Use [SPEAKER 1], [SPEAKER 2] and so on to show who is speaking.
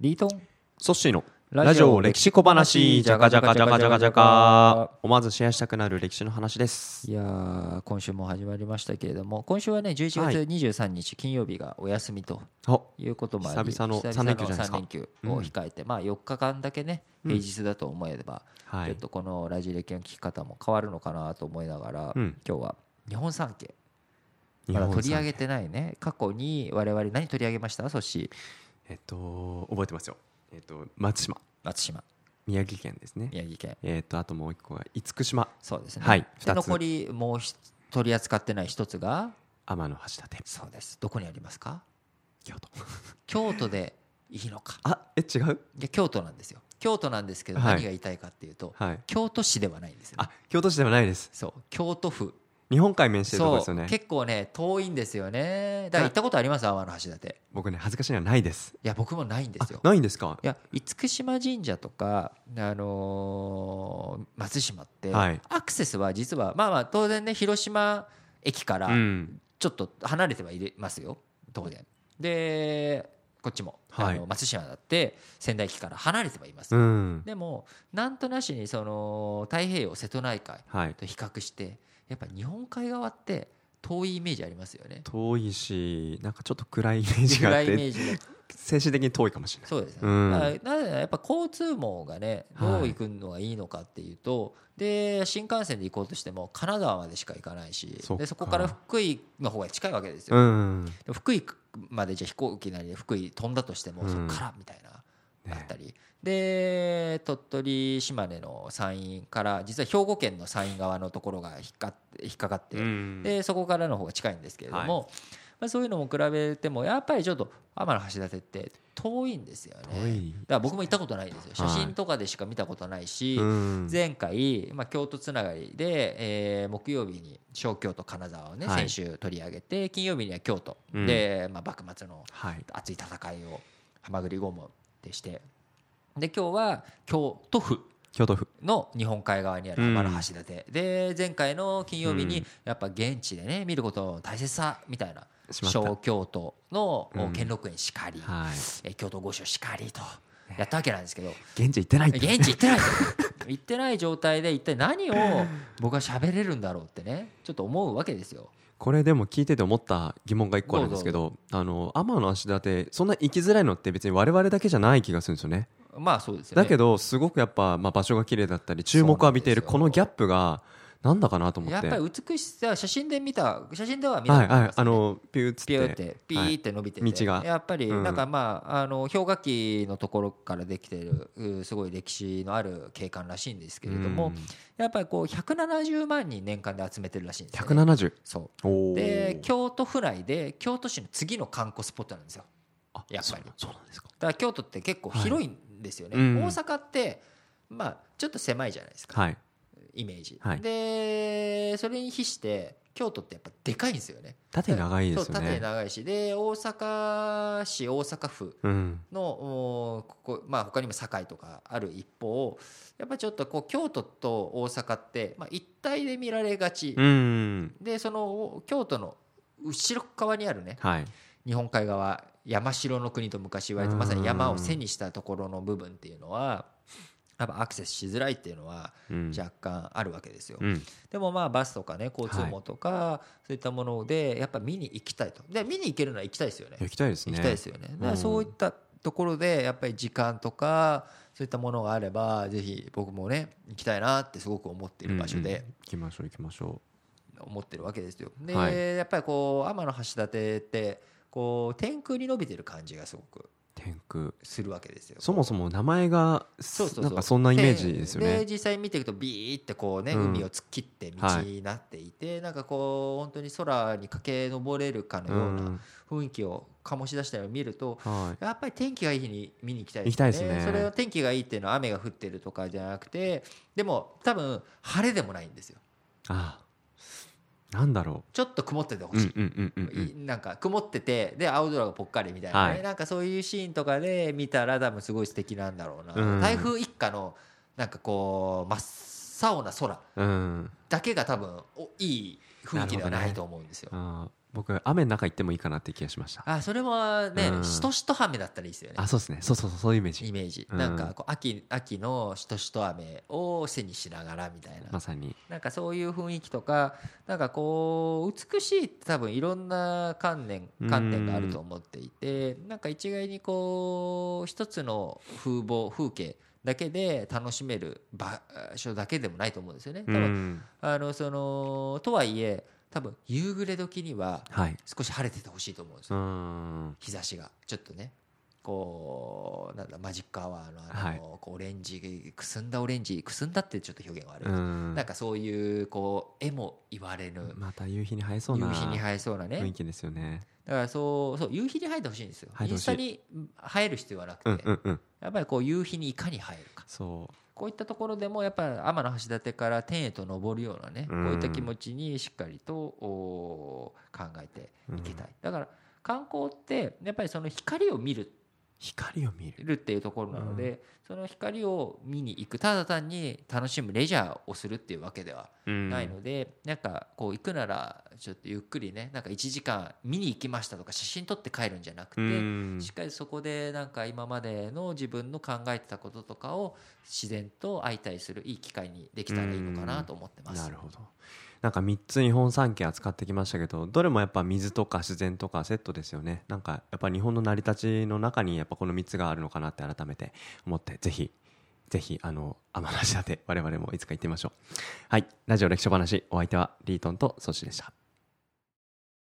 [SPEAKER 1] リートン
[SPEAKER 2] ソッシーの
[SPEAKER 1] ラ
[SPEAKER 2] ラ
[SPEAKER 1] ジ
[SPEAKER 2] ジ
[SPEAKER 1] オ
[SPEAKER 2] オ
[SPEAKER 1] 歴
[SPEAKER 2] 歴
[SPEAKER 1] 史
[SPEAKER 2] 史
[SPEAKER 1] 小
[SPEAKER 2] 小
[SPEAKER 1] 話
[SPEAKER 2] 話
[SPEAKER 1] じ
[SPEAKER 2] じ
[SPEAKER 1] ゃ
[SPEAKER 2] ゃ
[SPEAKER 1] か
[SPEAKER 2] か
[SPEAKER 1] じゃ
[SPEAKER 2] じ
[SPEAKER 1] か
[SPEAKER 2] ゃか
[SPEAKER 1] じ
[SPEAKER 2] じ
[SPEAKER 1] ゃか
[SPEAKER 2] ゃ
[SPEAKER 1] じゃかじ
[SPEAKER 2] かじゃかじ
[SPEAKER 1] ゃ
[SPEAKER 2] ゃ
[SPEAKER 1] か
[SPEAKER 2] か思わずシェアしたくなる歴史の話です
[SPEAKER 1] いやー今週も始まりましたけれども今週はね11
[SPEAKER 2] はい
[SPEAKER 1] 月23日金曜日がお休みと
[SPEAKER 2] あ
[SPEAKER 1] いうこともあり
[SPEAKER 2] 久々の
[SPEAKER 1] 三
[SPEAKER 2] 三連休じゃないですか
[SPEAKER 1] 連休を控えて、まあ4日間だけね平日だと思えば、
[SPEAKER 2] は
[SPEAKER 1] ちょっ
[SPEAKER 2] い
[SPEAKER 1] とこのラジレキの聞き方も変わるのかなと思いながら、
[SPEAKER 2] うん
[SPEAKER 1] 今日は日本三景まだ取り上げてないね過去に我々何取り上げましたそし
[SPEAKER 2] えっと覚えてますよえっと松島
[SPEAKER 1] 松島
[SPEAKER 2] 宮城県ですね
[SPEAKER 1] 宮城県
[SPEAKER 2] えっとあともう一個が厳島
[SPEAKER 1] そうですね、
[SPEAKER 2] はい
[SPEAKER 1] で
[SPEAKER 2] 二つ
[SPEAKER 1] 残りもうひ取り扱ってない一つが
[SPEAKER 2] 天の橋立
[SPEAKER 1] そうですどこにありますか
[SPEAKER 2] 京都
[SPEAKER 1] 京都でいいのか
[SPEAKER 2] あえ違う
[SPEAKER 1] いや京都なんですよ京都なんですけど
[SPEAKER 2] はい
[SPEAKER 1] 何が言いたいかっていうと、
[SPEAKER 2] はい
[SPEAKER 1] 京都市ではないんですよね、
[SPEAKER 2] あ京都市ではないです
[SPEAKER 1] そう京都府
[SPEAKER 2] 日本海面してるとこで
[SPEAKER 1] そ
[SPEAKER 2] す
[SPEAKER 1] う、
[SPEAKER 2] よね
[SPEAKER 1] 結構ね遠いんですよねだから行ったことあります天橋立い
[SPEAKER 2] 僕ね恥ずかしいのはないです
[SPEAKER 1] や僕もないんで
[SPEAKER 2] あ
[SPEAKER 1] すよ
[SPEAKER 2] ないんですか
[SPEAKER 1] いや厳島神社とか、あのー松島って、
[SPEAKER 2] はい
[SPEAKER 1] アクセスは実はまあまあ当然ね広島駅から
[SPEAKER 2] うん
[SPEAKER 1] ちょっと離れてはいれますよ当然でこっちも、
[SPEAKER 2] はい
[SPEAKER 1] あの松島だって仙台駅から離れてはいます、
[SPEAKER 2] うん
[SPEAKER 1] でもなんとなしにその太平洋瀬戸内海
[SPEAKER 2] はい
[SPEAKER 1] と比較してやっぱ日本海側って遠いイメージありますよね
[SPEAKER 2] 遠いしなんかちょっと暗いイメージがあ
[SPEAKER 1] 暗
[SPEAKER 2] っ
[SPEAKER 1] いイメ
[SPEAKER 2] て
[SPEAKER 1] ージが
[SPEAKER 2] 精神的に遠いかもしれない
[SPEAKER 1] そうですね、
[SPEAKER 2] うん
[SPEAKER 1] だからなぜならやっぱ交通網がねどう行くのがいいのかっていうと、で新幹線で行こうとしても金沢までしか行かないし
[SPEAKER 2] そっか
[SPEAKER 1] でそこから福井の方が近いわけですよ、
[SPEAKER 2] うん
[SPEAKER 1] でも福井までじゃあ飛行機なりで福井飛んだとしても
[SPEAKER 2] うん
[SPEAKER 1] そこからみたいな、
[SPEAKER 2] ね
[SPEAKER 1] あったりで鳥取島根の山陰から実は兵庫県の山陰側のところが引っかって引っかかって、
[SPEAKER 2] うん
[SPEAKER 1] でそこからの方が近いんですけれども、まあ、そういうのも比べてもやっぱりちょっと天橋立って遠いんですよね
[SPEAKER 2] 遠い
[SPEAKER 1] だから僕も行ったことないんですよ写
[SPEAKER 2] はい
[SPEAKER 1] 真とかでしか見たことないし、
[SPEAKER 2] うん
[SPEAKER 1] 前回、まあ、京都つながりで、えー木曜日に小京都金沢をね、
[SPEAKER 2] はい
[SPEAKER 1] 先週取り上げて金曜日には京都、
[SPEAKER 2] うん
[SPEAKER 1] で、まあ、幕末の
[SPEAKER 2] はい
[SPEAKER 1] 熱い戦いをハマグリ拷問でしてで今日は京都府
[SPEAKER 2] 京都府
[SPEAKER 1] の日本海側にある
[SPEAKER 2] うん
[SPEAKER 1] 浜の橋立て、で前回の金曜日
[SPEAKER 2] う
[SPEAKER 1] に
[SPEAKER 2] ん
[SPEAKER 1] やっぱ現地でね見ることの大切さみたいな
[SPEAKER 2] しまった
[SPEAKER 1] 小京都の
[SPEAKER 2] うん
[SPEAKER 1] 兼六園しかり、
[SPEAKER 2] はい
[SPEAKER 1] えー京都御所しかりとやったわけなんですけど
[SPEAKER 2] 現地行ってないって
[SPEAKER 1] 現地行って ない行ってない状態で一体何を僕は喋れるんだろうってねちょっと思うわけですよ。
[SPEAKER 2] これでも聞いてて思った疑問が一個あるんですけどあの天の足立てそんな行きづらいのって別に我々だけじゃない気がするんですよね
[SPEAKER 1] まあそうですよね
[SPEAKER 2] だけどすごくやっぱ、まあ、場所が綺麗だったり注目を浴びている
[SPEAKER 1] そう
[SPEAKER 2] こ
[SPEAKER 1] なん
[SPEAKER 2] の
[SPEAKER 1] です
[SPEAKER 2] ギ
[SPEAKER 1] よ
[SPEAKER 2] ャップがなんだかなと思
[SPEAKER 1] や
[SPEAKER 2] っ
[SPEAKER 1] ってぱり美しさ写真で見た写真では見
[SPEAKER 2] は
[SPEAKER 1] ないい
[SPEAKER 2] はいあのピューッつ
[SPEAKER 1] ピューっ
[SPEAKER 2] って
[SPEAKER 1] てピーって伸びてて、
[SPEAKER 2] 道が
[SPEAKER 1] やっぱり
[SPEAKER 2] うん
[SPEAKER 1] なんかまああの氷河期のところからできてるうんすごい歴史のある景観らしいんですけれど
[SPEAKER 2] う
[SPEAKER 1] も
[SPEAKER 2] ん
[SPEAKER 1] やっぱりこう170万人年間で集めてるらしいんですよね、
[SPEAKER 2] 170
[SPEAKER 1] そ
[SPEAKER 2] お
[SPEAKER 1] う
[SPEAKER 2] ー
[SPEAKER 1] で京都府内で京都市の次の観光スポットなんですよ
[SPEAKER 2] あ
[SPEAKER 1] やっぱり
[SPEAKER 2] そうそうなんですか
[SPEAKER 1] だから京都って結構広いんですよね、
[SPEAKER 2] はいうん
[SPEAKER 1] 大阪ってまあちょっと狭いじゃないですか
[SPEAKER 2] はい
[SPEAKER 1] イメージ、
[SPEAKER 2] はい
[SPEAKER 1] でそれに比して京都ってやっぱでかいんですよね
[SPEAKER 2] 縦長いで
[SPEAKER 1] そう
[SPEAKER 2] すよ
[SPEAKER 1] 縦
[SPEAKER 2] ね
[SPEAKER 1] 長いしで大阪市大阪府
[SPEAKER 2] うん
[SPEAKER 1] のおーここ、まあ、他にも堺とかある一方やっぱちょっとこう京都と大阪って、まあ、一体で見られがち、
[SPEAKER 2] うん
[SPEAKER 1] でそのお京都の後ろ側にあるね
[SPEAKER 2] はい
[SPEAKER 1] 日本海側山城の国と昔言われて
[SPEAKER 2] うん
[SPEAKER 1] まさに山を背にしたところの部分っていうのはやっぱアクセスしづらいっていうのは
[SPEAKER 2] うん
[SPEAKER 1] 若干あるわけですよ。
[SPEAKER 2] うん
[SPEAKER 1] でもまあバスとかね交通網とか、そういったものでやっぱ見に行きたいとで見に行けるのは行きたいですよね
[SPEAKER 2] 行きたいですね
[SPEAKER 1] 行きたいですよねだか
[SPEAKER 2] う
[SPEAKER 1] ら
[SPEAKER 2] ん
[SPEAKER 1] そういったところでやっぱり時間とかそういったものがあればぜひ僕もね行きたいなってすごく思っている場所
[SPEAKER 2] うんうん
[SPEAKER 1] で
[SPEAKER 2] 行きましょう行きましょ
[SPEAKER 1] 思ってるわけですよで、
[SPEAKER 2] はい
[SPEAKER 1] やっぱりこう天橋立ってこう天空に伸びてる感じがすごく
[SPEAKER 2] う天空
[SPEAKER 1] するわけですよ
[SPEAKER 2] そもそも名前が
[SPEAKER 1] そうそうそう
[SPEAKER 2] なんかそんなイメージですよ
[SPEAKER 1] で
[SPEAKER 2] ね。
[SPEAKER 1] 実際見ていくとビーってこうね、
[SPEAKER 2] うん
[SPEAKER 1] 海を突っ切って道になっていて、なんかこう本当に空に駆け上れるかの
[SPEAKER 2] う、
[SPEAKER 1] ようなん雰囲気を醸し出したのを見ると
[SPEAKER 2] は
[SPEAKER 1] やっぱり天気がいい日に見に行きたい
[SPEAKER 2] 行きたいですね
[SPEAKER 1] それは天気がいいっていうのは雨が降ってるとかじゃなくてでも多分晴れでもないんですよ
[SPEAKER 2] い。ああ、なんだろ
[SPEAKER 1] ちょっと曇っててほ
[SPEAKER 2] う。う
[SPEAKER 1] しい
[SPEAKER 2] ん、うんうんうんうん。
[SPEAKER 1] いなんか曇っててで青空がぽっかりみたいなね、
[SPEAKER 2] はい
[SPEAKER 1] なんかそういうシーンとかで見たら多分すごい素敵なんだろうな、
[SPEAKER 2] うん
[SPEAKER 1] 台風一過のなんかこう真っ青な空
[SPEAKER 2] うん。
[SPEAKER 1] だけが多分おいい雰囲気では
[SPEAKER 2] なるほどね
[SPEAKER 1] ないと思うんですよ。
[SPEAKER 2] ああ、僕雨の中行ってもいいかなって気がしました
[SPEAKER 1] あそれはね、
[SPEAKER 2] うん
[SPEAKER 1] しとしと雨だったらいいですよね
[SPEAKER 2] あそうですねそうそうそうそういうイメー
[SPEAKER 1] イ
[SPEAKER 2] ジ
[SPEAKER 1] メージ、
[SPEAKER 2] うん
[SPEAKER 1] なんかこう秋秋のしとしと雨を背にしながらみたいな、
[SPEAKER 2] まさに
[SPEAKER 1] なんかそういう雰囲気とかなんかこう美しいって多分いろんな観念観点があると思っていてなんか一概にこう一つの風貌風景だけで楽しめる場所だけでもないと思うんですよね。多
[SPEAKER 2] う
[SPEAKER 1] 分
[SPEAKER 2] ん
[SPEAKER 1] あのそのとはいえ多分夕暮れ時には
[SPEAKER 2] はい
[SPEAKER 1] 少し晴れててほしいと思うんです
[SPEAKER 2] う
[SPEAKER 1] よ
[SPEAKER 2] ん
[SPEAKER 1] 日差しがちょっとねこうなんだマジックアワーのあの、
[SPEAKER 2] はい
[SPEAKER 1] こうオレンジくすんだオレンジくすんだってちょっと表現はある、
[SPEAKER 2] うん
[SPEAKER 1] なんかそういうこう絵も言われぬ
[SPEAKER 2] また夕日に映えそう
[SPEAKER 1] 夕
[SPEAKER 2] な
[SPEAKER 1] 日に映えそうな
[SPEAKER 2] 雰囲
[SPEAKER 1] ね
[SPEAKER 2] 気ですよね
[SPEAKER 1] だからそうそう夕日に映えてほしいんですよ
[SPEAKER 2] 映え
[SPEAKER 1] イ
[SPEAKER 2] て
[SPEAKER 1] ン
[SPEAKER 2] ほ
[SPEAKER 1] ス
[SPEAKER 2] しい
[SPEAKER 1] タに映える必要はなくて、
[SPEAKER 2] うんうんうん
[SPEAKER 1] やっぱりこう夕日にいかに映えるか
[SPEAKER 2] そ
[SPEAKER 1] こういったところでもやっぱ天橋立から天へと登るようなねこ
[SPEAKER 2] うん
[SPEAKER 1] ういった気持ちにしっかりとお考えて
[SPEAKER 2] う、うん
[SPEAKER 1] いきたいだから観光ってやっぱりその光を見る
[SPEAKER 2] 光を見る
[SPEAKER 1] るっていうところなので、その光を見に行くただ単に楽しむレジャーをするっていうわけではないので、なんかこう行くならちょっとゆっくりねなんか1時間見に行きましたとか写真撮って帰るんじゃなくて、
[SPEAKER 2] うん
[SPEAKER 1] しっかりそこでなんか今までの自分の考えてたこととかを自然と相対するいい機会にできたらいいのかなと思ってます。
[SPEAKER 2] なるほどなんか3つ日本三景扱ってきましたけどどれもやっぱ水とか自然とかセットですよねなんかやっぱ日本の成り立ちの中にやっぱこの3つがあるのかなって改めて思ってぜひぜひあの天橋立我々もいつか行ってみましょうはいラジオ歴史話お相手はリートンとソシでした